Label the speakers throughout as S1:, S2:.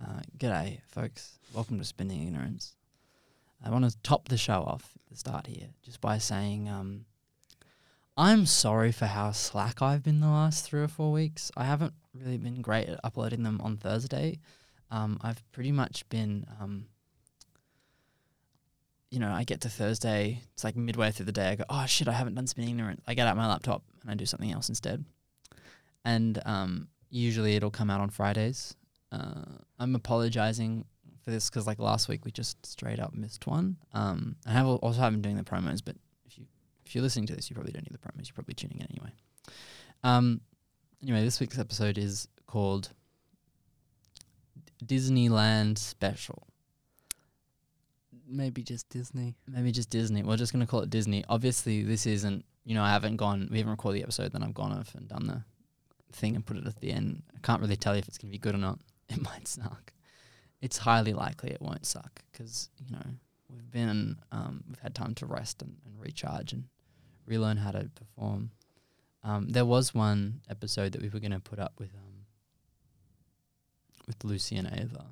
S1: Uh, G'day, folks. Welcome to Spinning Ignorance. I want to top the show off at the start here just by saying um, I'm sorry for how slack I've been the last three or four weeks. I haven't really been great at uploading them on Thursday. Um, I've pretty much been, um, you know, I get to Thursday, it's like midway through the day, I go, oh shit, I haven't done Spinning Ignorance. I get out my laptop and I do something else instead. And um, usually it'll come out on Fridays. Uh, I'm apologizing for this because like last week we just straight up missed one. Um, I have al- also haven't been doing the promos, but if you if you're listening to this, you probably don't need the promos. You're probably tuning in anyway. Um, anyway, this week's episode is called Disneyland Special.
S2: Maybe just Disney.
S1: Maybe just Disney. We're just gonna call it Disney. Obviously, this isn't. You know, I haven't gone. We haven't recorded the episode. Then I've gone off and done the thing and put it at the end. I can't really tell you if it's gonna be good or not. It might suck. It's highly likely it won't suck because you know we've been um, we've had time to rest and, and recharge and relearn how to perform. Um, there was one episode that we were gonna put up with um, with Lucy and Ava,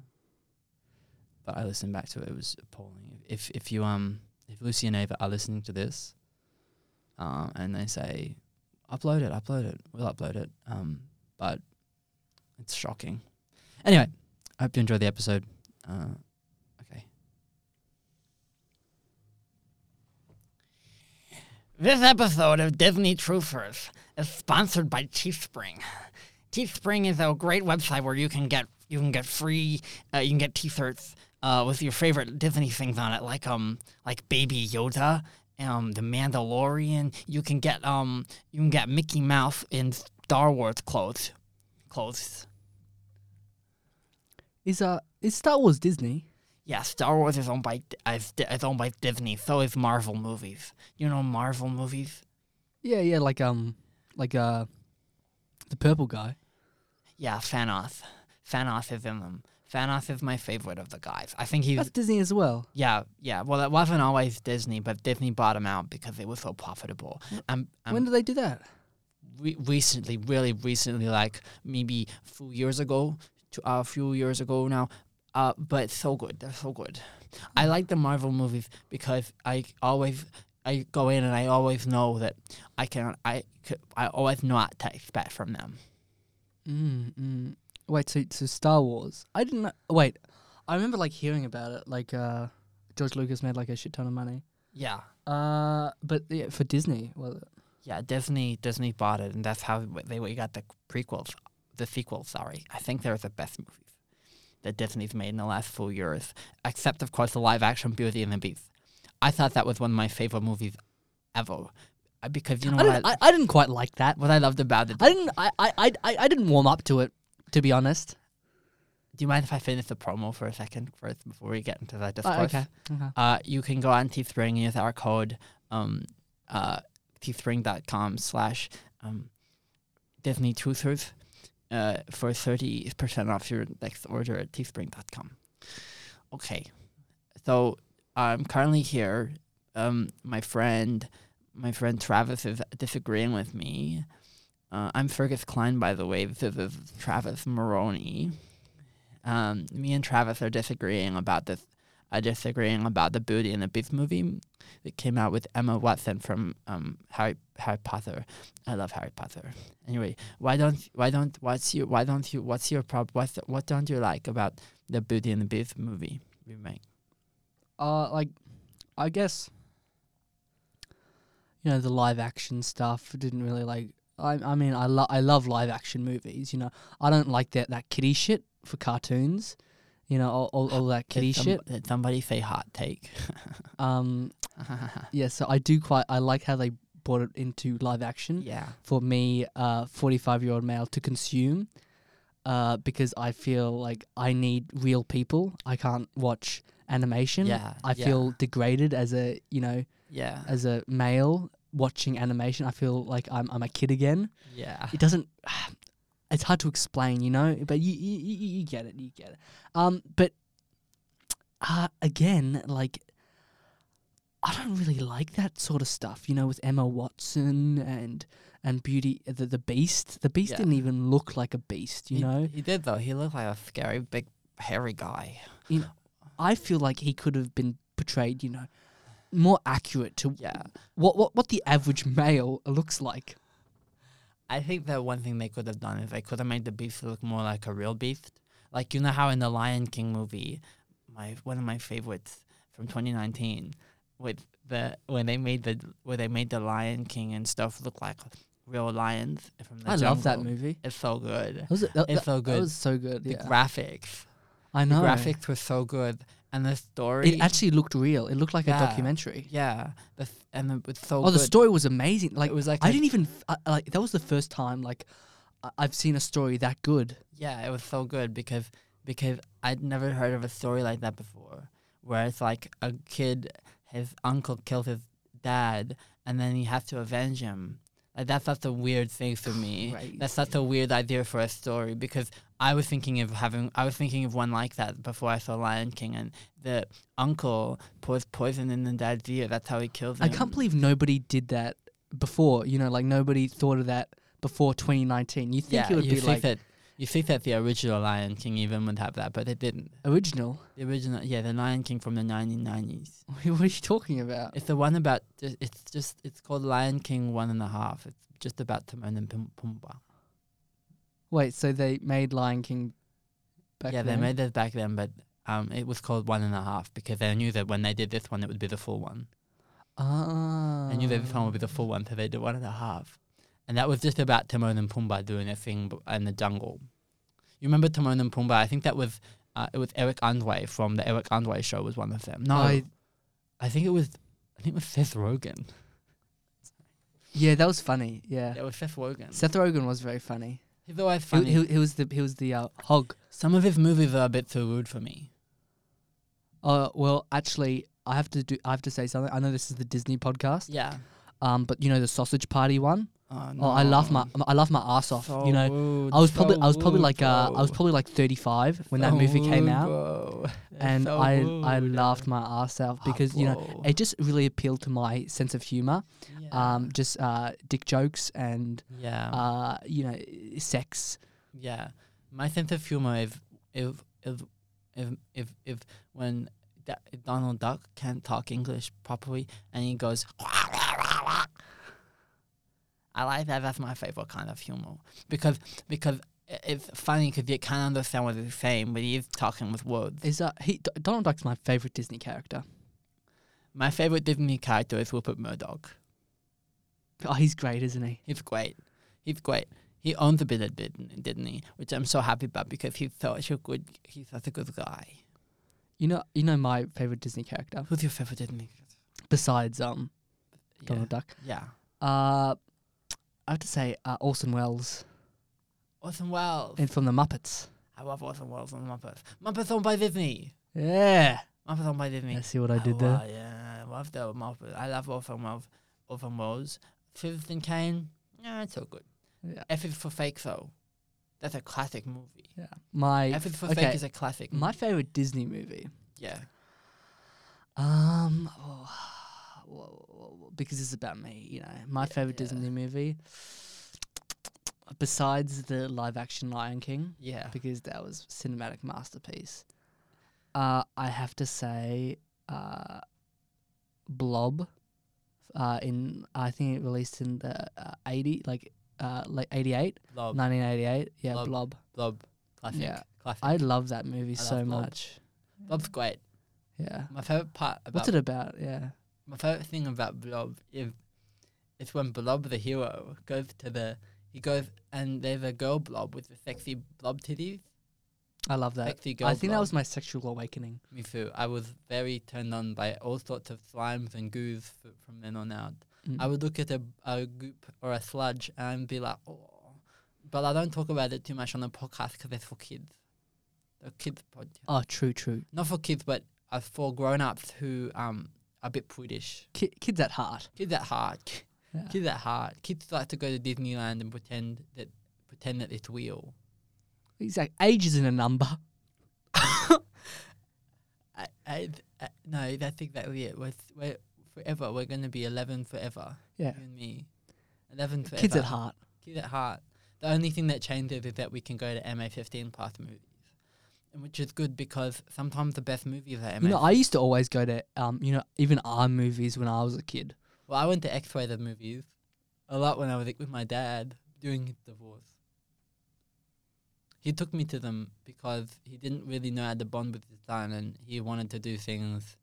S1: but I listened back to it. It was appalling. If if you um if Lucy and Ava are listening to this, um, and they say, upload it, upload it, we'll upload it. Um, but it's shocking. Anyway, I hope you enjoy the episode. Uh, okay.
S3: This episode of Disney Truthers is sponsored by Teespring. Teespring is a great website where you can get you can get free uh, you can get T-shirts uh, with your favorite Disney things on it, like um like Baby Yoda, um the Mandalorian. You can get um you can get Mickey Mouse in Star Wars clothes, clothes.
S2: Is uh is Star Wars Disney?
S3: Yeah, Star Wars is owned by is, is owned by Disney. So is Marvel movies. You know Marvel movies.
S2: Yeah, yeah, like um like uh the purple guy.
S3: Yeah, Fanoth. Fanoth is in them. Fanoth is my favorite of the guys. I think he was.
S2: That's Disney as well.
S3: yeah, yeah. Well, it wasn't always Disney, but Disney bought him out because it was so profitable. Um, um,
S2: when did they do that?
S3: re- recently, really recently, like maybe a few years ago, to a few years ago now. Uh, but so good, they're so good.
S1: Mm.
S3: I like the Marvel movies because I always I go in and I always know that I can I c- I always know what to expect from them.
S2: Mm, mm. Wait, so so Star Wars. I didn't know, wait. I remember like hearing about it like uh George Lucas made like a shit ton of money.
S3: Yeah.
S2: Uh but yeah, for Disney was it?
S3: Yeah, Disney Disney bought it, and that's how w- they we got the prequels, the sequels. Sorry, I think they're the best movies that Disney's made in the last few years, except of course the live action Beauty and the Beast. I thought that was one of my favorite movies ever, uh, because you know
S2: I,
S3: what
S2: didn't,
S3: I,
S2: I, I didn't quite like that.
S3: what I loved about it.
S2: I didn't I, I, I, I I didn't warm up to it to be honest.
S3: Do you mind if I finish the promo for a second first before we get into the discourse?
S2: Uh, okay. Okay.
S3: Uh, you can go on Teespring and use our code um, uh, teespring.com slash um, Disney Truthers uh, for 30% off your next order at teespring.com. Okay. So I'm currently here. Um, my friend, my friend Travis is disagreeing with me. Uh, I'm Fergus Klein, by the way. This is Travis Maroney. Um, me and Travis are disagreeing about this are disagreeing about the Beauty and the Beast movie that came out with Emma Watson from um, Harry Harry Potter. I love Harry Potter. Anyway, why don't why don't what's your why don't you what's your problem what's the, what don't you like about the Beauty and the Beast movie remake?
S2: uh, like, I guess, you know, the live action stuff didn't really like. I, I mean, I love I love live action movies. You know, I don't like that that kiddie shit for cartoons. You know, all, all, all
S3: Did
S2: that kiddie
S3: some-
S2: shit.
S3: Did somebody say hot take?
S2: Um, yeah. So I do quite. I like how they brought it into live action
S3: yeah.
S2: for me, uh, forty-five year old male, to consume. Uh, because I feel like I need real people. I can't watch animation.
S3: Yeah,
S2: I
S3: yeah.
S2: feel degraded as a you know
S3: Yeah.
S2: as a male watching animation, I feel like I'm I'm a kid again.
S3: Yeah.
S2: It doesn't. It's hard to explain, you know, but you you, you- you, you get it, you get it. Um, but uh, again, like I don't really like that sort of stuff, you know, with Emma Watson and and Beauty the the Beast. The Beast
S3: Yeah.
S2: didn't even look like a beast, you
S3: He-
S2: know.
S3: He did though. He looked like a scary big hairy guy.
S2: I feel like he could have been portrayed, you know, more accurate to
S3: Yeah.
S2: what what what the average male looks like.
S3: I think that one thing they could have done is they could have made the beast look more like a real beast. Like you know how in the Lion King movie, my one of my favorites from 2019, with the when they made the where they made the Lion King and stuff look like real lions from the
S2: I love that
S3: jungle.
S2: movie.
S3: It's so good.
S2: That was, that,
S3: It's
S2: that-
S3: so
S2: that
S3: good.
S2: was so good.
S3: the
S2: yeah.
S3: graphics,
S2: I
S3: the
S2: know.
S3: graphics were so good, and the story.
S2: It actually looked real. It looked like
S3: Yeah.
S2: a documentary.
S3: yeah, the th- and the, it's so
S2: Oh,
S3: good.
S2: the story was amazing. Like
S3: it was like
S2: I
S3: a-
S2: didn't even f- I- like that was the first time like I- I've seen a story that good.
S3: Yeah, it was so good because because I'd never heard of a story like that before, where it's like a kid, his uncle killed his dad, and then he has to avenge him. Like that's such a weird thing for me.
S2: Crazy.
S3: That's such a weird idea for a story because I was thinking of having I was thinking of one like that before I saw Lion King and the uncle pours poison in the dad's ear. That's how he kills him.
S2: I can't believe nobody did that before. You know, like nobody thought of that before 2019. You think
S3: yeah,
S2: it would
S3: you
S2: be
S3: think
S2: like
S3: that you think that the original Lion King even would have that, but it didn't.
S2: original?
S3: The original, yeah, the Lion King from the 1990s.
S2: what are you talking about?
S3: It's the one about. ju- It's just. It's called Lion King one and a half. It's just about Timon and Pum- Pumbaa.
S2: Wait, so they made Lion King back
S3: yeah,
S2: then?
S3: they made this back then, but um, it was called one and a half because they knew that when they did this one, it would be the full one.
S2: Ah.
S3: They knew that this one would be the full one, so they did one and a half. And that was just about Timon and Pumbaa doing their thing b- in the jungle. You remember Timon and Pumbaa? I think that was. Uh, it was Eric Andre from the Eric Andre show was one of them. No, I,
S2: I-
S3: think it was. I think it was Seth Rogen.
S2: yeah, that was funny. Yeah.
S3: It was Seth Rogen.
S2: Seth Rogen was very funny.
S3: He's always
S2: He-
S3: funny.
S2: He, he was the he was the uh, hog.
S3: Some of his movies are a bit too rude for me.
S2: Uh, well, actually, I have to do. I have to say something. I know this is the Disney podcast.
S3: Yeah.
S2: Um, but you know the sausage party one.
S3: Oh,
S2: Oh, I laugh my I laugh my ass off. you know, I was probably I was probably like uh, I was probably like 35 when that movie came out, and I I laughed my ass
S3: Ah,
S2: off because you know it just really appealed to my sense of humor.
S3: yeah.
S2: Um, just uh, dick jokes and
S3: yeah,
S2: uh, you know, sex.
S3: yeah. My sense of humor is if if if if, if when da- Donald Duck can't talk English properly and he goes. I like that. That's my favorite kind of humor because because i- it's funny because you can't understand what he's saying, but he is talking with words.
S2: Is uh, he D- Donald Duck's my favorite Disney character.
S3: My favorite Disney character is Rupert Murdoch.
S2: Oh, he's great, isn't he?
S3: He's great. He's great. He owns a bit of Disney, didn't he? Which I'm so happy about because he's such a good. He's such a good guy.
S2: You know, you know my favorite Disney character
S3: Who's your favorite Disney?
S2: besides um
S3: Yeah.
S2: Donald Duck.
S3: yeah.
S2: Uh, I have to say uh, Orson Welles
S3: Orson Welles.
S2: and from the Muppets.
S3: I love Orson Welles and Muppets. Muppets owned by Disney.
S2: Yeah,
S3: Muppets owned by Disney.
S2: I see what I did
S3: Oh,
S2: there.
S3: wow, yeah, I love the Muppets. I love Orson Welles. Orson Welles. Citizen Kane. Yeah, it's so good.
S2: Yeah.
S3: F is for Fake though. That's a classic movie.
S2: Yeah. My
S3: F is for Fake
S2: okay.
S3: is a classic.
S2: my
S3: movie.
S2: favorite Disney movie.
S3: yeah.
S2: Um, oh, whoa, whoa, whoa, because it's about me, you know. My
S3: Yeah,
S2: favorite
S3: yeah.
S2: Disney movie, besides the live-action Lion King,
S3: Yeah.
S2: because that was cinematic masterpiece. Uh, I have to say, uh, Blob, uh, in I think it released in the uh, eighty, like uh, like 88,
S3: Blob.
S2: 1988. Yeah,
S3: Blob.
S2: Blob.
S3: Blob. Classic.
S2: Yeah.
S3: Classic.
S2: I love that movie
S3: I
S2: so
S3: love Blob.
S2: much.
S3: Blob's great.
S2: Yeah.
S3: My favorite part about
S2: What's it about? Yeah.
S3: my favorite thing about Blob is it's when Blob the hero goes to the he goes and there's a girl Blob with the sexy Blob titties.
S2: I love that.
S3: Sexy girl.
S2: I think that
S3: Blob.
S2: was my sexual awakening.
S3: me too. I was very turned on by all sorts of slimes and goos f- from then on out.
S2: Mm.
S3: I would look at a, a goop or a sludge and be like, oh. But I don't talk about it too much on the podcast because it's for kids. A kids podcast.
S2: oh, true, true.
S3: Not for kids, but uh, for grown ups who um, are a bit prudish.
S2: Ki- kids at heart.
S3: Kids at heart.
S2: Yeah.
S3: Kids at heart. Kids like to go to Disneyland and pretend that pretend that it's real.
S2: Exactly. Age isn't a number.
S3: I, I, I, no, that's exactly it. We're, we're forever. We're going to be 11 forever.
S2: Yeah.
S3: You and me. 11 forever.
S2: Kids at heart.
S3: Kids at heart. The only thing that changes is that we can go to MA 15 past movies. and which is good because sometimes the best movies are.
S2: You know,
S3: made.
S2: I used to always go to um, you know, even R movies when I was a kid.
S3: well, I went to X-ray the movies a lot when I was like, with my dad during his divorce. He took me to them because he didn't really know how to bond with his son, and he wanted to do things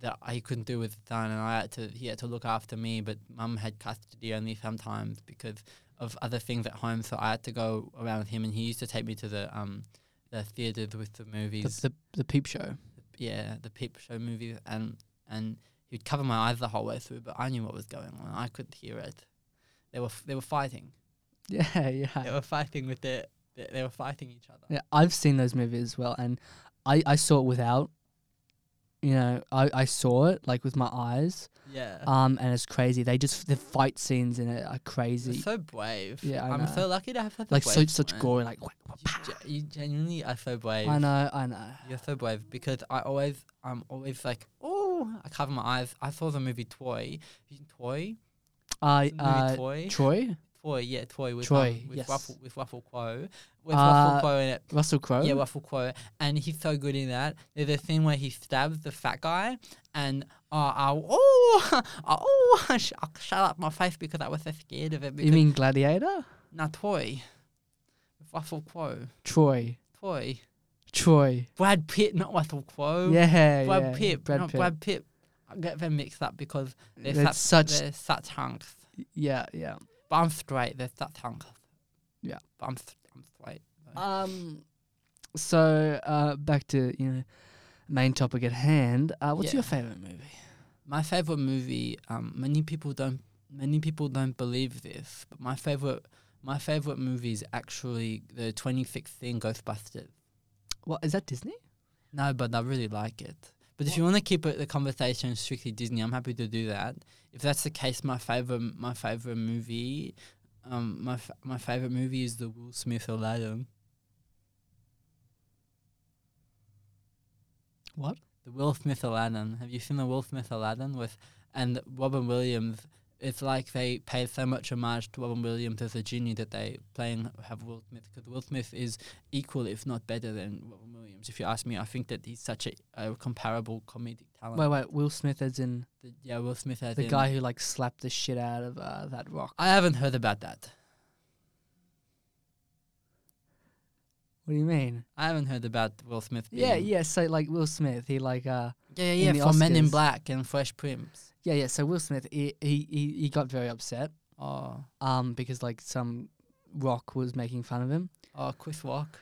S3: that I couldn't do with his son, and I had to he had to look after me. But mum had custody only sometimes because of other things at home, so I had to go around with him, and he used to take me to the um the theaters with the movies
S2: The, the, the peep show.
S3: yeah, the peep show movie, and and he'd cover my eyes the whole way through, but I knew what was going on. I could hear it. They were f- they were fighting.
S2: Yeah, yeah.
S3: They were fighting with their they, they were fighting each other.
S2: Yeah, I've seen those movies as well, and I, I saw it without. You know, I, I saw it like with my eyes,
S3: Yeah,
S2: um, and it's crazy. They just the fight scenes in it are
S3: They're
S2: crazy,
S3: so brave.
S2: Yeah, I
S3: am
S2: know.
S3: so lucky to have such a
S2: like so,
S3: brave
S2: such
S3: man.
S2: gore, like. whack, whack,
S3: You,
S2: pow.
S3: ge- you genuinely are so brave.
S2: I know, I know.
S3: You're so brave because I always I'm always like oh I cover my eyes. I saw the movie Toy, Toy,
S2: I
S3: The movie
S2: uh,
S3: Toy,
S2: Troy
S3: Toy, yeah, Toy with
S2: Troy,
S3: um, with
S2: yes.
S3: Ruffle with Ruffle Crowe with
S2: Uh,
S3: Ruffle Crowe in it.
S2: Russell Crowe.
S3: Yeah, Waffle Quo. And he's so good in that. There's a scene where he stabs the fat guy and uh, I'll, oh, oh, I sh- I shut up my face because I was so scared of it.
S2: you
S3: Because,
S2: mean Gladiator?
S3: nah, toy. Waffle Quo.
S2: Troy,
S3: Toy.
S2: Troy.
S3: Brad Pitt, not Waffle Quo.
S2: yeah,
S3: Brad
S2: yeah.
S3: Pitt.
S2: Brad
S3: not
S2: Pitt.
S3: Brad Pitt. I get them mixed up because they're,
S2: That's
S3: such,
S2: such-
S3: they're such hunks.
S2: Yeah, yeah.
S3: But I'm straight. They're such hunks.
S2: Yeah.
S3: But I'm, st- I'm straight. though.
S2: Um, so uh, back to you know, main topic at hand. Uh, what's
S3: Yeah.
S2: your favorite movie?
S3: my favorite movie um many people don't many people don't believe this but my favorite my favorite movie is actually the 2016 ghostbusters
S2: What is that Disney?
S3: no but i really like it but if you want to keep it, the conversation strictly disney i'm happy to do that if that's the case my favorite my favorite movie um my f- my favorite movie is the will smith aladdin
S2: What?
S3: the Will Smith Aladdin. Have you seen the Will Smith Aladdin with and Robin Williams? It's like they pay so much homage to Robin Williams as a genie that they playing have Will Smith because Will Smith is equal, if not better, than Robin Williams. If you ask me, I think that he's such a, a comparable comedic talent.
S2: Wait, wait. Will Smith as in
S3: The- yeah, Will Smith as
S2: the
S3: in-
S2: guy who like slapped the shit out of uh, that rock.
S3: I haven't heard about that.
S2: What do you mean?
S3: I haven't heard about Will Smith. Being,
S2: Yeah, yeah. So like Will Smith, he like uh,
S3: yeah,
S2: In
S3: yeah.
S2: the
S3: yeah, for Men in
S2: Oscars.
S3: Black and Fresh Prince.
S2: yeah, yeah. So Will Smith, he he he, he got very upset
S3: Oh,
S2: um because like some rock was making fun of him.
S3: oh, Chris Rock.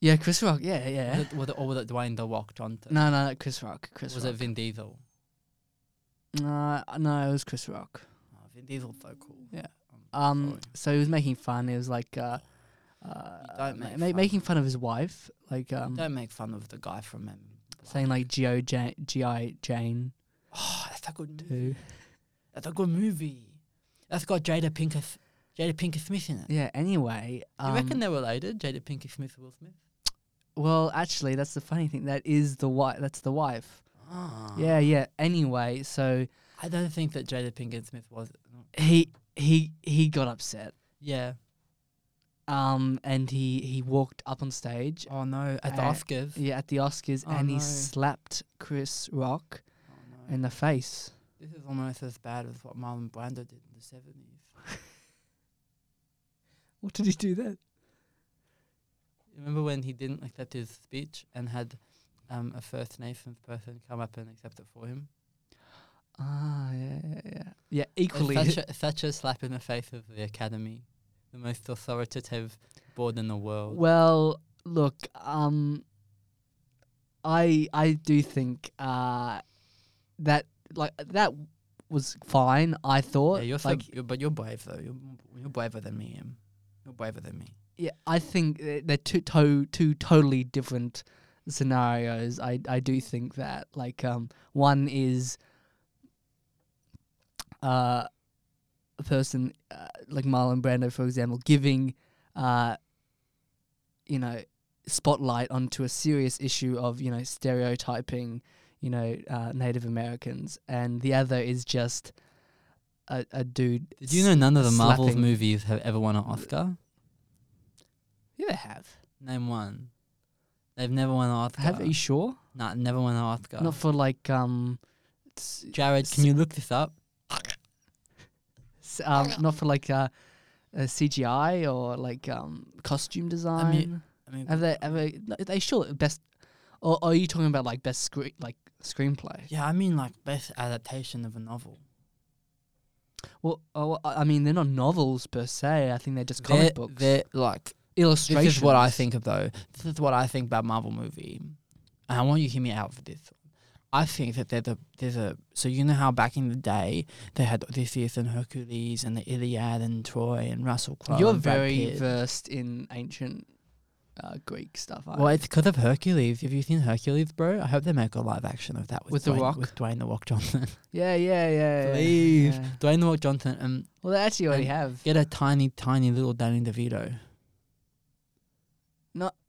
S2: Yeah, Chris Rock. Yeah,
S3: Was
S2: yeah.
S3: it, was it, or was it Dwayne the Rock Johnson?
S2: No, no, no Chris Rock. Chris
S3: was
S2: Rock.
S3: it Vin Diesel?
S2: No, no, it was Chris Rock.
S3: Oh, Vin Diesel's so cool.
S2: Yeah.
S3: Um,
S2: Um,
S3: Sorry.
S2: so he was making fun. It was like uh, uh,
S3: don't make
S2: ma-
S3: fun.
S2: making fun of his wife, like um,
S3: Don't make fun of the guy from um, Men. in Black.
S2: saying like Geo Ja- GI Jane
S3: oh, that's a good
S2: too.
S3: movie. That's a good movie. That's got Jada Pinkett, Jada Pinkett Smith in it.
S2: Yeah. Anyway,
S3: you reckon
S2: um,
S3: they're related, Jada Pinkett Smith, Will Smith?
S2: well, actually, that's the funny thing. That is the wife. That's the wife.
S3: Ah.
S2: Yeah, yeah. Anyway, so
S3: I don't think that Jada Pinkett Smith was.
S2: he he he got upset.
S3: Yeah.
S2: Um, and he he walked up on stage.
S3: Oh no, at the
S2: Uh,
S3: Oscars.
S2: Yeah, at the Oscars,
S3: Oh,
S2: and he
S3: no.
S2: slapped Chris Rock
S3: Oh, no.
S2: in the face.
S3: this is almost as bad as what Marlon Brando did in the seventies.
S2: What did he do then?
S3: Remember when he didn't accept his speech and had um, a First Nations person come up and accept it for him?
S2: Ah, yeah, yeah, yeah. Yeah,
S3: It's
S2: equally.
S3: Such a, such a slap in the face of the academy, the most authoritative board in the world.
S2: well, look, um, I I do think uh, that like that was fine. I thought,
S3: yeah, you're so,
S2: like,
S3: you're, but you're brave though. You're, you're braver than me. Em. You're braver than me.
S2: yeah, I think uh, they're two to- two totally different scenarios. I I do think that like um one is uh a person uh, like Marlon Brando for example giving uh you know spotlight onto a serious issue of you know stereotyping you know uh, Native Americans and the other is just a, a dude
S3: Did you know none of the Marvel
S2: slapping.
S3: movies have ever won an Oscar?
S2: yeah they have
S3: Name one.
S1: They've never won an Oscar.
S2: Have, are you sure?
S1: Nah, never won an Oscar.
S2: Not for like um, s-
S1: Jared, can
S2: s-
S1: you look this up?
S2: s- um not for like uh, uh, CGI or like um costume design.
S1: I mean,
S2: have they ever? No, are they sure best? Or, or are you talking about like best screen like screenplay?
S1: yeah, I mean like best adaptation of a novel.
S2: Well, oh, I I mean they're not novels per se. I think they're just comic
S1: they're,
S2: books.
S1: they're like
S2: illustrations.
S1: This is what I think of though. This is what I think about Marvel movie. And I want you to hear me out for this. I think that they're the there's a so you know how back in the day they had Odysseus and Hercules and the Iliad and Troy and Russell Crowe.
S2: You're
S1: and Brad
S2: very
S1: Pitt.
S2: versed in ancient uh, Greek stuff. aren't
S1: well.
S2: you?
S1: It's because of Hercules. Have you seen Hercules, bro? I hope they make a live action of that with,
S2: With The
S1: Dwayne,
S2: Rock?
S1: with Dwayne the Rock Johnson.
S2: yeah, yeah, yeah. yeah,
S1: Please.
S2: yeah.
S1: Dwayne the Rock Johnson and
S2: Well, they actually already
S1: And
S2: have.
S1: um, get a tiny, tiny little Danny DeVito.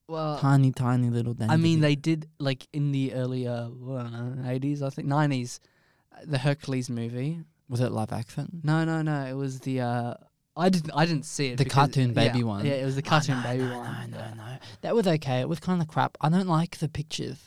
S2: Well,
S1: tiny, tiny little Danny.
S2: I mean,
S1: DeVito.
S2: they did like in the earlier well, I don't know, 80s, I think 90s, uh, the Hercules movie.
S1: was it live action?
S2: No, no, no. It was the uh, I didn't I didn't see it.
S1: The
S2: because-
S1: cartoon baby
S2: yeah,
S1: one.
S2: Yeah, it was the
S1: Oh,
S2: cartoon
S1: no,
S2: baby
S1: no,
S2: one.
S1: No, no,
S2: yeah.
S1: no. That was okay. It was kind of crap. I don't like the pictures.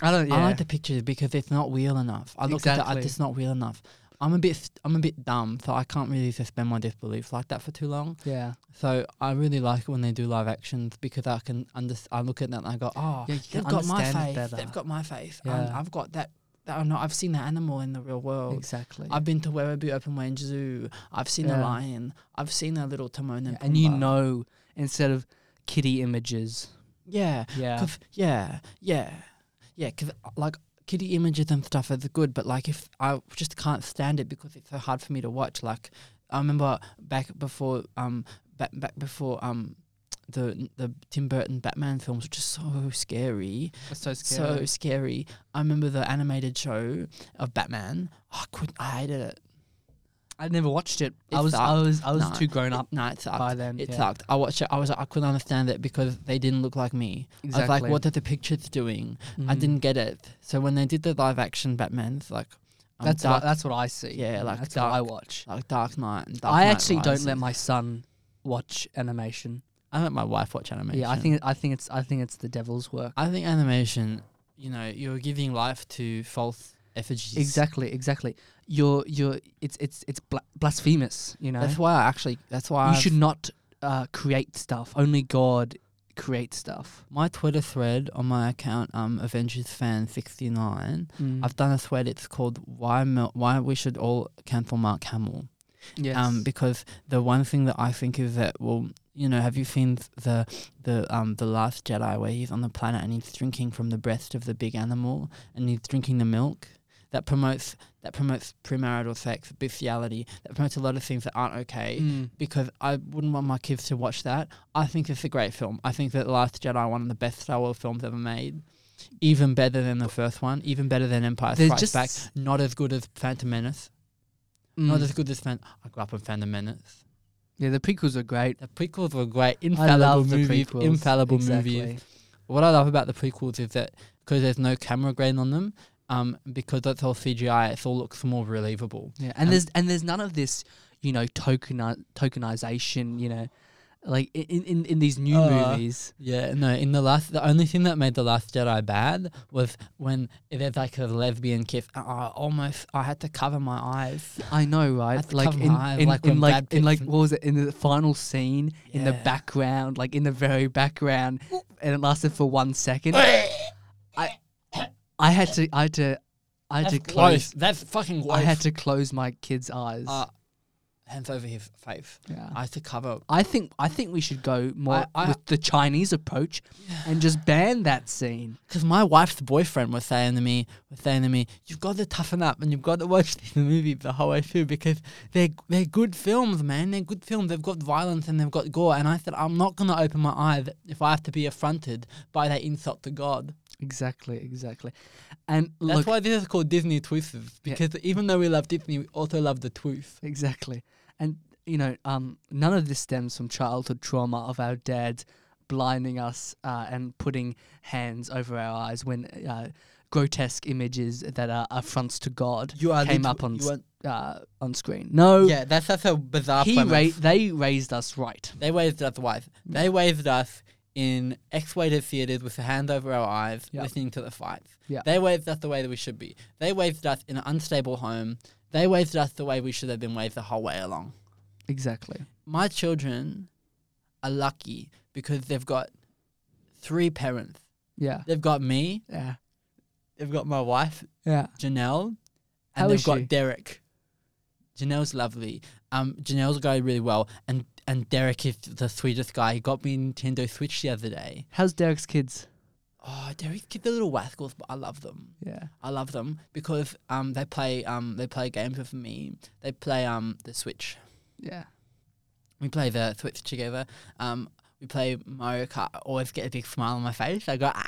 S2: I don't. Yeah.
S1: I like the pictures because it's not real enough. I looked at it,
S2: Exactly.
S1: I- it's not real enough. I'm a bit, st- I'm a bit dumb, so I can't really suspend my disbelief like that for too long.
S2: yeah.
S1: So I really like it when they do live actions because I can under, I look at that and I go, oh,
S2: Yeah, you can
S1: they've got my
S2: understand it
S1: face.
S2: better."
S1: They've got my face. And
S2: Yeah.
S1: I've got that. that no, I've seen that animal in the real world.
S2: Exactly.
S1: I've been to Werribee Open Range Zoo. I've seen a
S2: Yeah.
S1: lion. I've seen a little Timon and
S2: Yeah, and you
S1: Pumbaa.
S2: know instead of kitty images.
S1: yeah,
S2: Yeah.
S1: 'Cause- yeah, yeah, yeah. 'cause, uh, like kitty images and stuff is good, but like if I just can't stand it because it's so hard for me to watch. Like I remember back before, um, back back before, um, the the Tim Burton Batman films were just so scary,
S2: That's so
S1: so scary. I remember the animated show of Batman. I couldn't, I hated it.
S2: I never watched it. I
S1: It
S2: was I
S1: sucked.
S2: was I was
S1: No,
S2: too grown up
S1: No, it sucked.
S2: by then.
S1: It
S2: yeah.
S1: sucked. I watched it. I was like, I couldn't understand it because they didn't look like me. I was like,
S2: Exactly.
S1: what are the pictures doing? I
S2: Mhm.
S1: didn't get it. So when they did the live action Batman's like um,
S2: That's
S1: dark,
S2: what, that's what I see.
S1: Yeah, like
S2: that's what I
S1: dark-
S2: watch.
S1: like Dark Knight. And Dark
S2: I
S1: Knight
S2: actually don't let
S1: Rises.
S2: my son watch animation.
S1: I let my wife watch animation.
S2: Yeah, I think I think it's I think it's the devil's work.
S1: I think animation. You know, you're giving life to false effigies.
S2: Exactly, exactly. You're you're it's it's it's bla- blasphemous. You know,
S1: That's why I actually. That's why
S2: you
S1: I've-
S2: should not uh, create stuff. Only God creates stuff.
S1: My Twitter thread on my account, um, Avengers fan sixty nine.
S2: Mm,
S1: I've done a thread. It's called "Why Mel- Why We Should All Cancel Mark Hamill."
S2: yes.
S1: um, because the one thing that I think is that well, you know, have you seen th- the the um the Last Jedi where he's on the planet and he's drinking from the breast of the big animal and he's drinking the milk that promotes that promotes premarital sex, bestiality, that promotes a lot of things that aren't okay.
S2: Mm.
S1: Because I wouldn't want my kids to watch that. I think it's a great film. I think that The Last Jedi, one of the best Star Wars films ever made, even better than the first one, even better than Empire
S2: There's
S1: Strikes
S2: just
S1: Back. Not as good as Phantom Menace. Not
S2: mm.
S1: as good as Fan. I grew up on Phantom Menace.
S2: yeah, the prequels are great.
S1: The prequels were great,
S2: mm. I
S1: infallible
S2: love the
S1: movies,
S2: prequels.
S1: infallible
S2: exactly.
S1: movies. What I love about the prequels is that because there's no camera grain on them, um, because that's all CGI, it all looks more believable.
S2: Yeah, and
S1: And-
S2: there's and there's none of this, you know, tokeni- tokenization. You know, like i- in in, in these new
S1: Uh,
S2: movies.
S1: Yeah, no. In the last, the only thing that made the Last Jedi bad was when there's like a lesbian kiss. and I almost, I had to cover my eyes.
S2: I know,
S1: At
S2: right?
S1: the
S2: Like
S1: cover
S2: in,
S1: eye,
S2: in
S1: like
S2: like in
S1: when
S2: like,
S1: Brad
S2: in
S1: Pitt
S2: like
S1: from-
S2: what was it in the final scene in the
S1: Yeah.
S2: background, like in the very background, and it lasted for one second. I I had to I had to I had
S1: That's
S2: to close.
S1: gross. That's fucking. Gross.
S2: I had to close my kids' eyes.
S1: Uh, hands over his face.
S2: yeah.
S1: I had to cover.
S2: I think I think we should go more
S1: I-
S2: with the Chinese approach and just ban that scene.
S1: Because my wife's boyfriend was saying to me, was saying to me, you've got to toughen up and you've got to watch these movies the whole way through because they're they're good films, man. They're good films. They've got violence and they've got gore. And I said, I'm not gonna open my eyes if I have to be affronted by that insult to God.
S2: Exactly, exactly. And
S1: That's
S2: look,
S1: why this is called Disney Twists because even though we love Disney, we also love the truth.
S2: Exactly. And you know, um, none of this stems from childhood trauma of our dads blinding us uh, and putting hands over our eyes when uh, grotesque images that are affronts to God
S1: You are
S2: came
S1: lit-
S2: up on
S1: you
S2: s-
S1: are-
S2: uh, on screen. No,
S1: yeah. That's that's a bizarre.
S2: he
S1: premise.
S2: ra- they raised us right.
S1: Mm. They waved us wife. They waved us in X weighted theaters with a hand over our eyes,
S2: Yeah.
S1: listening to the fights.
S2: Yeah.
S1: They waved us the way that we should be. They waved us in an unstable home. They waved us the way we should have been waved the whole way along.
S2: Exactly.
S1: My children are lucky because they've got three parents.
S2: Yeah.
S1: They've got me,
S2: Yeah.
S1: they've got my wife,
S2: Yeah.
S1: Janelle, and
S2: How
S1: they've
S2: is
S1: got
S2: she?
S1: Derek. Janelle's lovely. Um, Janelle's going really well, and and Derek is the sweetest guy. He got me Nintendo Switch the other day.
S2: How's Derek's kids?
S1: Oh, Derek, get the little wascals, but I love them.
S2: Yeah.
S1: I love them because um they play um they play games with me. They play um the Switch.
S2: Yeah.
S1: We play the Switch together. Um, we play Mario Kart. I always get a big smile on my face. I go ah,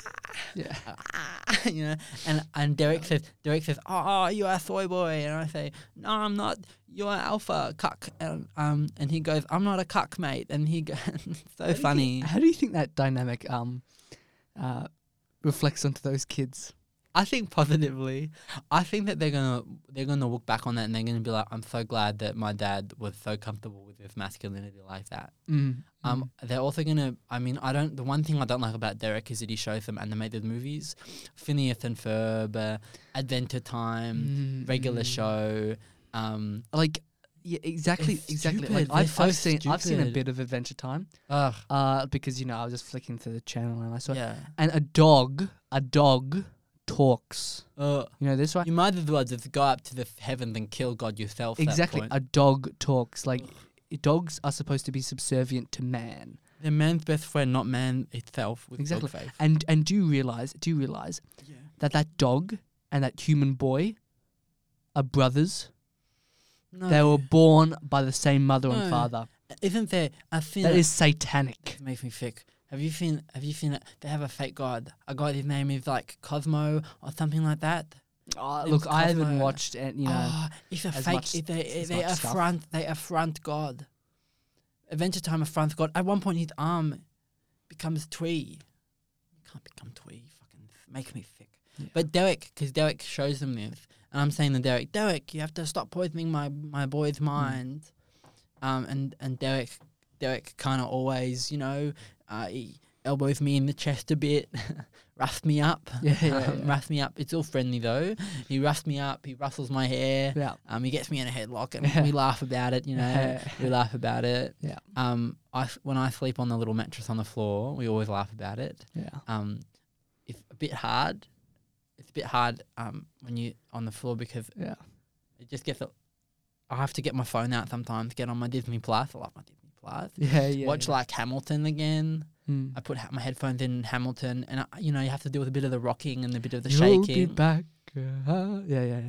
S2: Yeah.
S1: ah, you know, and and Derek says, Derek says, oh, you are a soy boy, and I say, no, I'm not. You're alpha cuck, and um, and he goes, I'm not a cuck, mate, and he goes, so funny.
S2: How do you think that dynamic um uh reflects onto those kids?
S1: I think positively. I think that they're gonna they're gonna look back on that and they're gonna be like, I'm so glad that my dad was so comfortable with his masculinity like that.
S2: Mm.
S1: Um, they're also gonna. I mean, I don't. The one thing I don't like about Derek is that he shows them animated movies, Phineas and Ferb, uh, Adventure Time.
S2: Mm,
S1: regular
S2: mm.
S1: show. Um,
S2: Like yeah, exactly,
S1: It's
S2: exactly.
S1: stupid.
S2: Like
S1: They're
S2: I've,
S1: so
S2: I've seen, I've seen a
S1: stupid.
S2: bit of Adventure Time,
S1: ugh,
S2: uh, because you know I was just flicking through the channel and I saw, it.
S1: yeah.
S2: and a dog, a dog talks.
S1: Uh,
S2: You know this, right?
S1: you might as well just go up to the heavens and kill God yourself. at that
S2: Exactly,
S1: point.
S2: a dog talks. Like dogs are supposed to be subservient to man.
S1: the man's best friend, not man itself. With
S2: Exactly.
S1: exactly. Faith.
S2: And and do you realize? Do you realize
S1: Yeah.
S2: that that dog and that human boy are brothers?
S1: No.
S2: They were born by the same mother and
S1: No.
S2: father.
S1: Isn't there a thing
S2: That is satanic.
S1: It makes me sick. Have you seen? Have you seen? it? They have a fake god. A god. His name is like Cosmo or something like that.
S2: Oh,
S1: Name's
S2: look, I haven't
S1: Cosmo.
S2: watched, and you know,
S1: Ah, it's a
S2: as
S1: fake.
S2: much-
S1: it- they
S2: as
S1: they
S2: much stuff.
S1: affront. They affront God. Adventure Time affronts God. At one point, his arm becomes twee. Can't become twee. Fucking makes me sick.
S2: Yeah.
S1: But Derek, because Derek shows them this, and I'm saying to Derek, Derek, you have to stop poisoning my my boy's mind. Um, and and Derek, Derek kind of always, you know, uh, he elbows me in the chest a bit, roughs me up.
S2: yeah, yeah,
S1: Um,
S2: yeah.
S1: roughs me up. It's all friendly though. He roughs me up. He rustles my hair.
S2: yeah.
S1: Um, he gets me in a headlock, and we laugh about it. You know, we laugh about it.
S2: Yeah.
S1: Um, I when I sleep on the little mattress on the floor, we always laugh about it.
S2: yeah.
S1: Um, it's a bit hard. It's a bit hard. Um, when you on the floor because
S2: Yeah.
S1: it just gets. A, I have to get my phone out sometimes. Get on my Disney Plus. I love my Disney Plus.
S2: Yeah, yeah.
S1: Watch
S2: yeah.
S1: like Hamilton again.
S2: Mm.
S1: I put ha- my headphones in Hamilton, and I, you know you have to deal with a bit of the rocking and a bit of the
S2: You'll
S1: shaking.
S2: Be back. uh, yeah, yeah, yeah.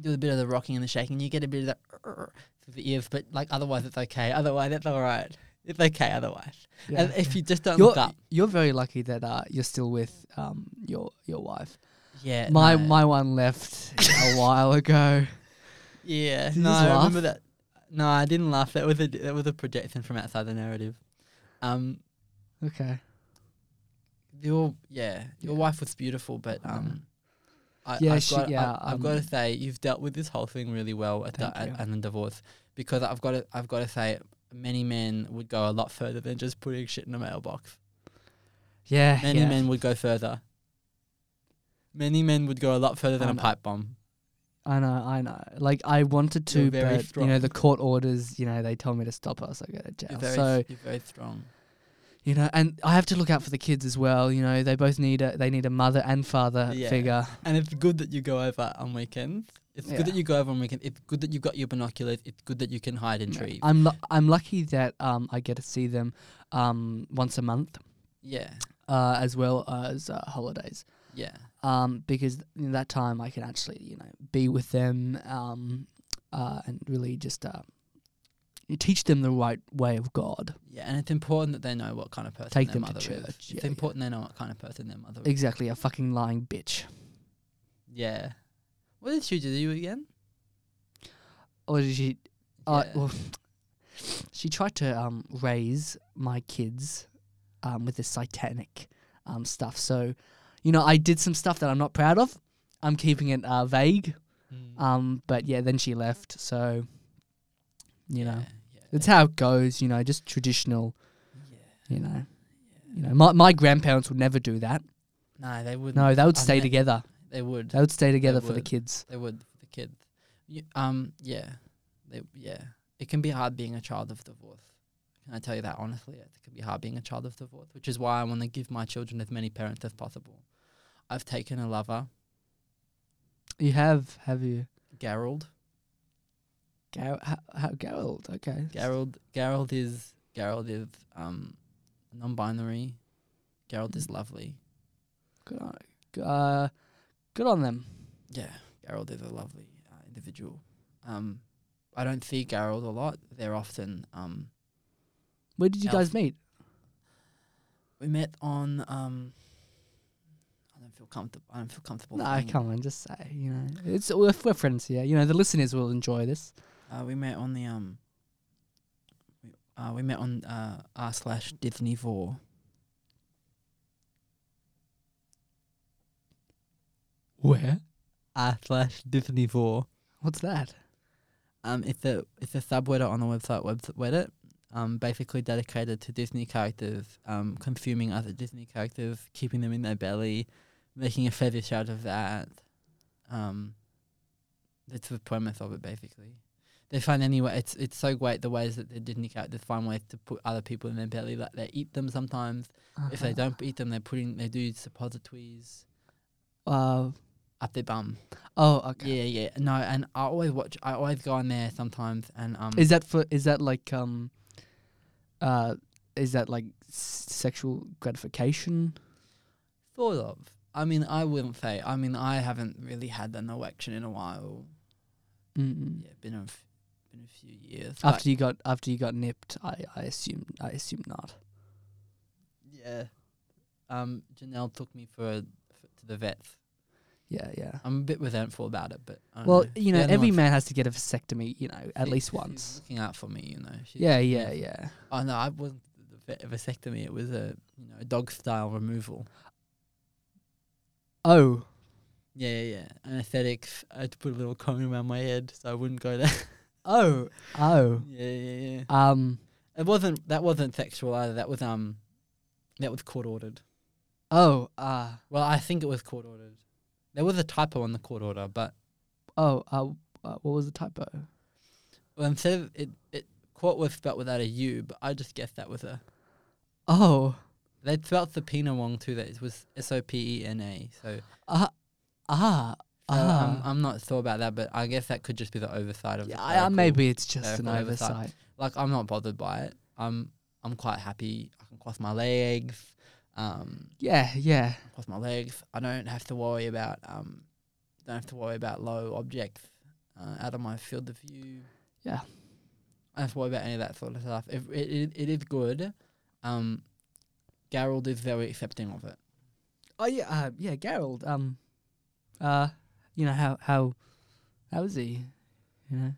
S1: do a bit of the rocking and the shaking. You get a bit of that through the ears, but like otherwise it's okay. Otherwise it's all right. It's okay otherwise.
S2: yeah.
S1: And if you just don't
S2: you're,
S1: look up,
S2: you're very lucky that uh, you're still with um your your wife.
S1: yeah,
S2: my
S1: no.
S2: my one left a while ago.
S1: yeah,
S2: Did you
S1: no,
S2: just
S1: I
S2: laugh?
S1: remember that. No, I didn't laugh. That was a that was a projection from outside the narrative. Um,
S2: Okay.
S1: your yeah, your
S2: Yeah. Mm-hmm.
S1: wife was beautiful, but um, I,
S2: Yeah,
S1: I've
S2: she-
S1: got,
S2: yeah,
S1: I, have got to
S2: um,
S1: say you've dealt with this whole thing really well at the,
S2: Thank you.
S1: at, and the divorce because I've got to I've got to say many men would go a lot further than just putting shit in a mailbox.
S2: Yeah.
S1: Many
S2: yeah.
S1: men would go further. Many men would go a lot further than
S2: I
S1: a
S2: know.
S1: pipe bomb.
S2: I know, I know. Like I wanted
S1: You're
S2: to,
S1: very
S2: but you know
S1: strong.
S2: the court orders. You know they told me to stop us. I go to
S1: You're
S2: jail.
S1: very,
S2: So
S1: you're very strong.
S2: you know, and I have to look out for the kids as well. You know they both need a they need a mother and father
S1: Yeah.
S2: figure.
S1: And it's good that you go over on weekends. It's good
S2: Yeah.
S1: that you go over on weekends. It's good that you got your binoculars. It's good that you can hide in
S2: You know,
S1: trees.
S2: I'm lu- I'm lucky that um I get to see them um once a month
S1: yeah,
S2: uh as well as uh, holidays.
S1: yeah.
S2: um, because in that time I can actually you know be with them um, uh, and really just uh, you teach them the right way of God.
S1: Yeah, and it's important that they know what kind of person
S2: Take
S1: their
S2: them to
S1: mother is.
S2: church, yeah,
S1: it's
S2: yeah.
S1: important they know what kind of person their mother is.
S2: Exactly, a fucking lying bitch.
S1: Yeah. What did she do to you again?
S2: Or did she? Uh,
S1: Yeah.
S2: well, she tried to um, raise my kids um, with this satanic um, stuff. So, you know, I did some stuff that I'm not proud of. I'm keeping it uh, vague.
S1: Mm.
S2: Um, but yeah, then she left. So, you know,
S1: yeah,
S2: it's how it goes. You know, just traditional.
S1: yeah,
S2: You know.
S1: yeah.
S2: You know, my, my grandparents would never do that.
S1: No, they would.
S2: No, they would
S1: I
S2: stay
S1: mean-
S2: together.
S1: They would.
S2: They would stay together for the
S1: would.
S2: kids.
S1: They would for the kid. You, um, yeah, they, yeah. It can be hard being a child of divorce. Can I tell you that honestly? It can be hard being a child of divorce, which is why I want to give my children as many parents as possible. I've taken a lover,
S2: You have, have you?
S1: Gerald.
S2: Gar- how, how, Gerald, okay.
S1: Gerald. Gerald is Gerald is um, non-binary. Gerald is lovely.
S2: Good on, uh, good on them.
S1: Yeah, Gerald is a lovely uh, individual. Um, I don't see Gerald a lot. They're often um,
S2: Where did you
S1: Elf.
S2: guys meet?
S1: We met on. Um, I don't feel comfortable. I don't feel comfortable.
S2: No,
S1: saying it.
S2: come on, just say, you know. It's we're, we're friends here. You know, the listeners will enjoy this.
S1: Uh, we met on the um. we- Uh, we met on uh, r slash Disney Vor.
S2: Where?
S1: r slash Disney Vor.
S2: What's that?
S1: Um, it's a it's a subreddit on the website webs- Reddit. Um, basically dedicated to Disney characters. Um, consuming other Disney characters, keeping them in their belly, making a fetish out of that. Um, that's the premise of it basically. They find any way. It's it's so great the ways that the Disney characters find ways to put other people in their belly. Like they eat them sometimes. If they
S2: Uh-huh.
S1: don't eat them, they put in they do suppositories
S2: Uh,
S1: up their bum.
S2: oh, okay.
S1: Yeah, yeah. No, and I always watch. I always go on there sometimes and um.
S2: Is that for? Is that like um? Uh, is that like s- sexual gratification?
S1: Sort of. I mean, I wouldn't say. I mean, I haven't really had an election in a while.
S2: Mm-mm.
S1: Yeah, been a f- been a few years. But
S2: After you got after you got nipped, I I assume I assume not.
S1: yeah, um, Janelle took me for, a, for to the vet.
S2: Yeah, yeah.
S1: I'm a bit resentful about it, but I don't
S2: Well,
S1: know.
S2: you know,
S1: They're the
S2: every
S1: ones-
S2: man has to get a vasectomy, you know, at
S1: she-
S2: least
S1: she's
S2: once.
S1: Looking out for me, you know. She's
S2: Yeah,
S1: looking
S2: yeah,
S1: out for-
S2: yeah.
S1: Oh no, I wasn't the vet- vasectomy. It was a you know dog style removal.
S2: Oh,
S1: Yeah, yeah, yeah. Anesthetics. I had to put a little cone around my head so I wouldn't go there.
S2: oh, oh.
S1: yeah, yeah, yeah.
S2: Um.
S1: It wasn't. That wasn't sexual either. That was um, that was court ordered.
S2: Oh. Uh.
S1: ah. Well, I think it was court ordered. There was a typo on the court order, but
S2: Oh. Uh. uh what was the typo?
S1: well, instead of it, it court was spelt without a U, but I just guessed that was a.
S2: Oh.
S1: They spelt subpoena wrong too. That it was S O P E N A. So, so
S2: Ah. Ah.
S1: I'm-
S2: Ah.
S1: I'm, not sure about that, but I guess that could just be the oversight of. the
S2: yeah, I- I-
S1: clerical-
S2: maybe it's just an
S1: clerical oversight.
S2: oversight.
S1: Like I'm not bothered by it. I'm I'm quite happy. I can cross my legs. Um,
S2: Yeah, yeah.
S1: cross my legs. I don't have to worry about um, don't have to worry about low objects uh, out of my field of view.
S2: Yeah.
S1: I don't have to worry about any of that sort of stuff. It it, it, it is good. Um, Gerald is very accepting of it.
S2: Oh yeah, uh, yeah, Gerald. Um, uh, you know how how how is he? You know,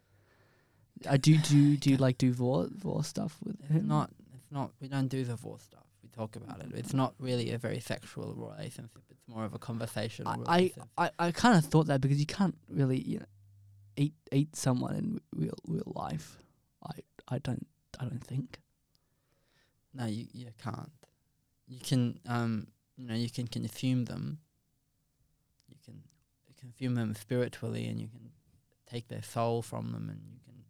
S2: I do do you- do you like do vor vor stuff with
S1: It's
S2: him?
S1: not. It's not. We don't do the war stuff. We talk about it. It's not really a very sexual relationship. It's more of a conversational
S2: I-
S1: relationship.
S2: I, I kind of thought that because you can't really you know, eat eat someone in real real life. I I don't I don't think.
S1: no, you you can't. You can um you know you can consume them. You can consume them spiritually, and you can take their soul from them, and you can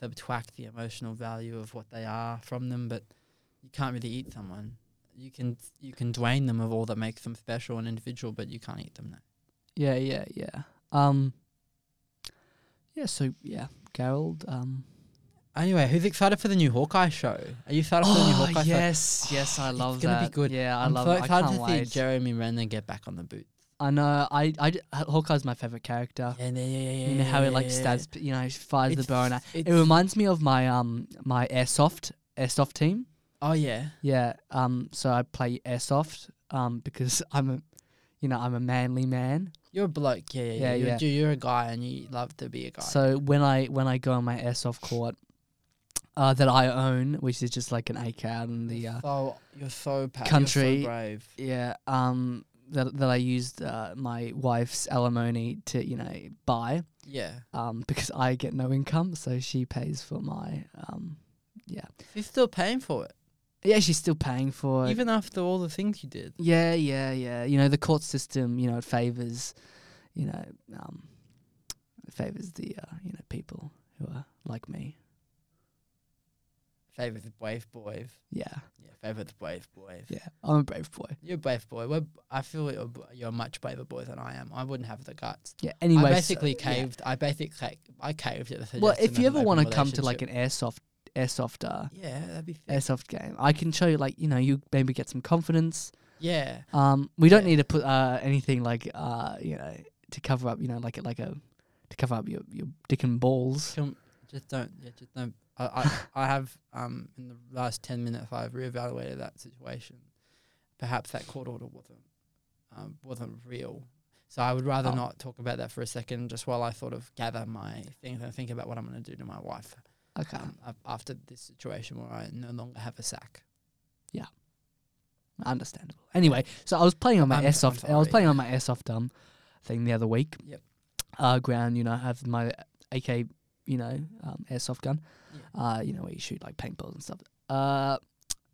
S1: subtract the emotional value of what they are from them. But you can't really eat someone. You can you can drain them of all that makes them special and individual, but you can't eat them. No.
S2: Yeah, yeah, yeah. Um. Yeah. So yeah, Gerald. Um.
S1: Anyway, who's excited for the new Hawkeye show? Are you excited for the new Hawkeye show?
S2: Oh, yes, yes, I love
S1: gonna be
S2: that.
S1: good.
S2: Yeah, I
S1: I'm
S2: love
S1: so
S2: it. I
S1: excited
S2: can't
S1: to
S2: wait.
S1: see Jeremy Renner get back on the boot.
S2: I know. I, I d- Hawkeye's my favorite character.
S1: Yeah, yeah, yeah, yeah.
S2: You know how he like
S1: yeah,
S2: stabs, you know, fires
S1: It's-
S2: the bow, and I, it
S1: it's-
S2: reminds me of my um my airsoft airsoft team.
S1: Oh yeah.
S2: Yeah. Um. So I play airsoft. Um. Because I'm a, you know, I'm a manly man.
S1: You're a bloke, yeah, yeah, yeah.
S2: Yeah,
S1: You're,
S2: yeah.
S1: ju- you're a guy, and you love to be a guy.
S2: So when I when I go on my airsoft court, uh, that I own, which is just like an AK out in the uh,
S1: you're so Oh, you're so pa- You're
S2: country-
S1: so brave.
S2: yeah um that that I used uh, my wife's alimony to you know buy.
S1: Yeah,
S2: um, because I get no income, so she pays for my um, yeah.
S1: she's still paying for it.
S2: Yeah, she's still paying for it.
S1: Even after all the things you did.
S2: yeah, yeah, yeah. You know, the court system, you know, it favors, you know, um, it favors the, uh, you know, people who are like me.
S1: Favour the brave boy.
S2: Yeah,
S1: Yeah, favour the brave boy.
S2: yeah. I'm a brave boy.
S1: You're a brave boy. We're, I feel you're, b- you're a much braver boy than I am. I wouldn't have the guts.
S2: Yeah. Anyway,
S1: I
S2: so-
S1: basically
S2: yeah.
S1: caved. I basically I caved at the suggestion
S2: Well, if you
S1: of an
S2: ever want to
S1: open
S2: come to like
S1: relationship.
S2: an airsoft, airsoft, uh,
S1: yeah, that'd be fair.
S2: airsoft game, I can show you like you know you maybe get some confidence.
S1: yeah.
S2: Um, we don't
S1: Yeah.
S2: need to put uh, anything like uh, you know to cover up you know like a like a to cover up your, your dick and balls.
S1: Don't- just don't. Yeah, just don't. I, I, I have um in the last ten minutes I've reevaluated that situation. Perhaps that court order wasn't um, wasn't real. So I would rather
S2: Oh.
S1: not talk about that for a second, just while I sort of gather my things and think about what I'm going to do to my wife
S2: Okay,
S1: um, af- after this situation where I no longer have a sack.
S2: understandable. Anyway, so I was playing on my
S1: I'm- I'm
S2: airsoft. I was
S1: sorry.
S2: playing on my airsoft um thing the other week.
S1: Yep.
S2: Uh, ground. You know, I have my AK. You know, um, airsoft gun.
S1: Yeah.
S2: Uh, you know where you shoot like paintballs and stuff. Uh,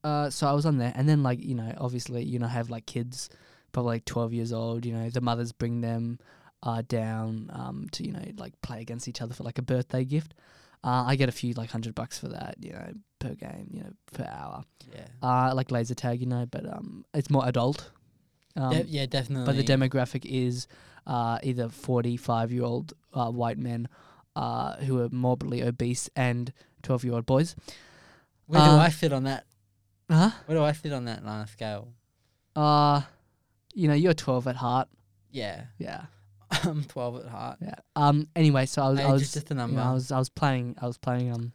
S2: uh, so I was on there, and then like you know, obviously you know I have like kids, probably like twelve years old. You know, the mothers bring them uh down um to you know like play against each other for like a birthday gift. Uh, I get a few like hundred bucks for that. You know, per game. You know, per hour.
S1: Yeah.
S2: Uh, like laser tag. You know, but um, it's more adult. Um,
S1: De- yeah, definitely.
S2: but the demographic is uh, either 45 year old uh, white men uh, who are morbidly obese and 12 year old boys.
S1: Where do
S2: uh,
S1: I fit on that?
S2: Huh?
S1: Where do I fit on that line of scale?
S2: Uh, you know, you're 12 at heart.
S1: Yeah,
S2: Yeah.
S1: I'm 12 at heart.
S2: Yeah. Um. Anyway, so I was,
S1: Age
S2: I
S1: is
S2: was,
S1: just a
S2: you
S1: number.
S2: know, I was, I was playing, I was playing um,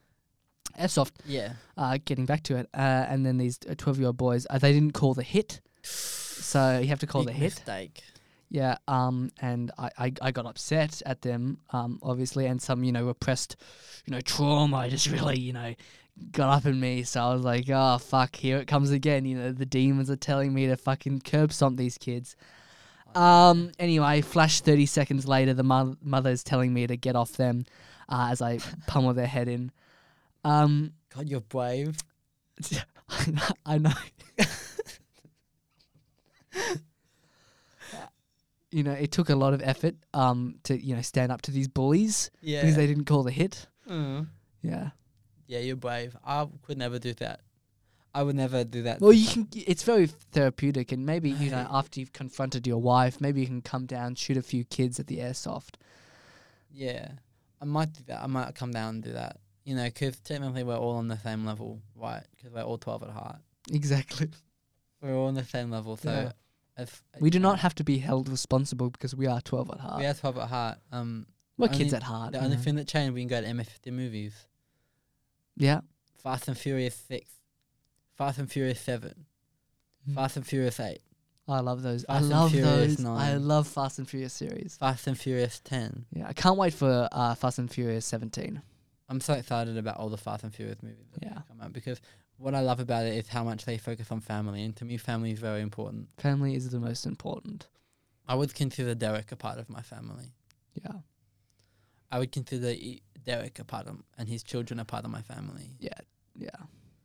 S2: airsoft.
S1: yeah.
S2: Uh, getting back to it. Uh, and then these 12 year old boys, uh, they didn't call the hit, so you have to call
S1: Big
S2: the hit.
S1: Mistake.
S2: Yeah, um, and I, I, I got upset at them, um, obviously, and some, you know, repressed, you know, trauma just really, you know, got up in me. So I was like, oh, fuck, here it comes again. You know, the demons are telling me to fucking curb stomp these kids. Um, anyway, flash 30 seconds later, the mo- mother's telling me to get off them uh, as I pummel their head in. Um,
S1: God, you're brave.
S2: I know. I know. you know, it took a lot of effort um, to you know stand up to these bullies
S1: Yeah.
S2: because they didn't call the hit.
S1: Mm.
S2: Yeah.
S1: Yeah, you're brave. I could never do that. I would never do that.
S2: Well,
S1: to
S2: you
S1: some-
S2: can. It's very therapeutic, and maybe you know after you've confronted your wife, maybe you can come down, shoot a few kids at the airsoft.
S1: Yeah. I might do that. I might come down and do that. You know, 'cause technically we're all on the same level, right? 'Cause we're all 12 at heart.
S2: Exactly.
S1: We're all on the same level. So
S2: Yeah.
S1: if,
S2: We do
S1: you
S2: not
S1: know,
S2: have to be held responsible because we are twelve at heart.
S1: We are 12 at heart. Um,
S2: We're
S1: only-
S2: kids at heart.
S1: the
S2: you
S1: only
S2: Uh, know.
S1: thing that changed, we can go to MF50 movies.
S2: yeah.
S1: Fast and Furious Six, Fast and Furious Seven,
S2: Mm.
S1: Fast and Furious Eight,
S2: I love those. I
S1: Fast and
S2: love
S1: Furious
S2: those. I
S1: nine.
S2: love Fast and Furious series.
S1: Fast and Furious Ten.
S2: Yeah, I can't wait for uh, Fast and Furious 17.
S1: I'm so excited about all the Fast and Furious movies that
S2: Yeah.
S1: yeah. come out because what I love about it is how much they focus on family, and to me, family is very important.
S2: Family is the most important.
S1: I would consider Derek a part of my family.
S2: Yeah,
S1: I would consider E- Derek a part of, and his children a part of my family.
S2: yeah.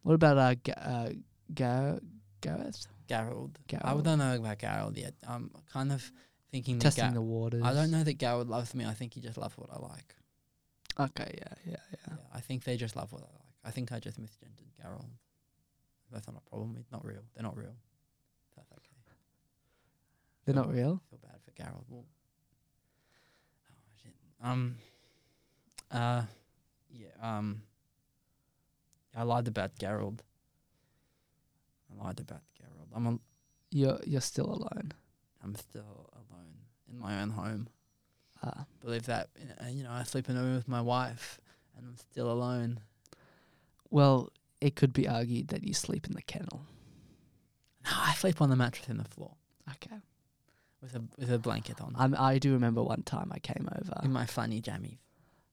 S2: What about uh, Ga- uh Gar- Gareth
S1: Gerald, I
S2: Gerald.
S1: don't know about Gerald yet. I'm kind of thinking that
S2: testing
S1: Ga-
S2: the waters?
S1: I don't know that Gerald loves me. I think he just loves what I like.
S2: Okay, yeah, yeah, yeah.
S1: Yeah, I think they just love what I like. I think I just misgendered Garol. That's not a problem. It's not real. They're not real. That's okay.
S2: They're not real.
S1: I feel bad for Garol. Well, oh shit. Um. Uh. Yeah. Um. I lied about Gerald. I lied about Gerald. I'm a,
S2: You're you're still alone.
S1: I'm still alone in my own home.
S2: Uh,
S1: Believe that. And, You know, I sleep in a room with my wife, and I'm still alone.
S2: well, it could be argued that you sleep in the kennel.
S1: No, I sleep on the mattress in the floor
S2: Okay.
S1: with a with a blanket on.
S2: I'm, I do remember one time I came over.
S1: in my funny jammies.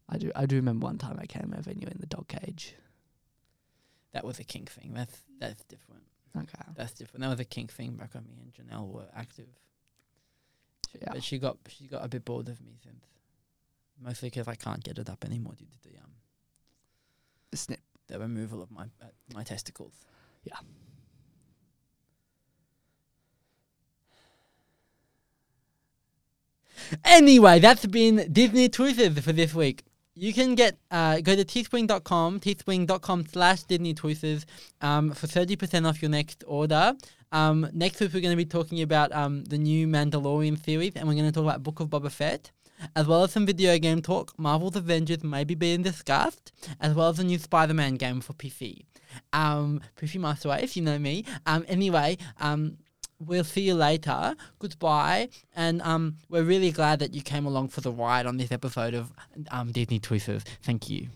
S2: I do I do remember one time I came over and you were in the dog cage.
S1: That was a kink thing. That's that's different.
S2: Okay.
S1: That's different. That was a kink thing back when me and Janelle were active. She-
S2: Yeah.
S1: But she got she got a bit bored of me since, mostly 'cause I can't get it up anymore due to the um
S2: Snip.
S1: the removal of my uh, my testicles. Anyway, that's been Disney Choices for this week. You can get uh, go to teespring.com, teespring.com slash Disney Choices um, for 30% off your next order. Um, next week, we're going to be talking about um, the new Mandalorian series, and we're going to talk about Book of Boba Fett, as well as some video game talk. Marvel's Avengers may be being discussed, as well as the new Spider Man game for PC. Um, PC Masterwave, you know me. Um, anyway, um, we'll see you later. Goodbye. And um, we're really glad that you came along for the ride on this episode of um, Disney Choices. Thank you.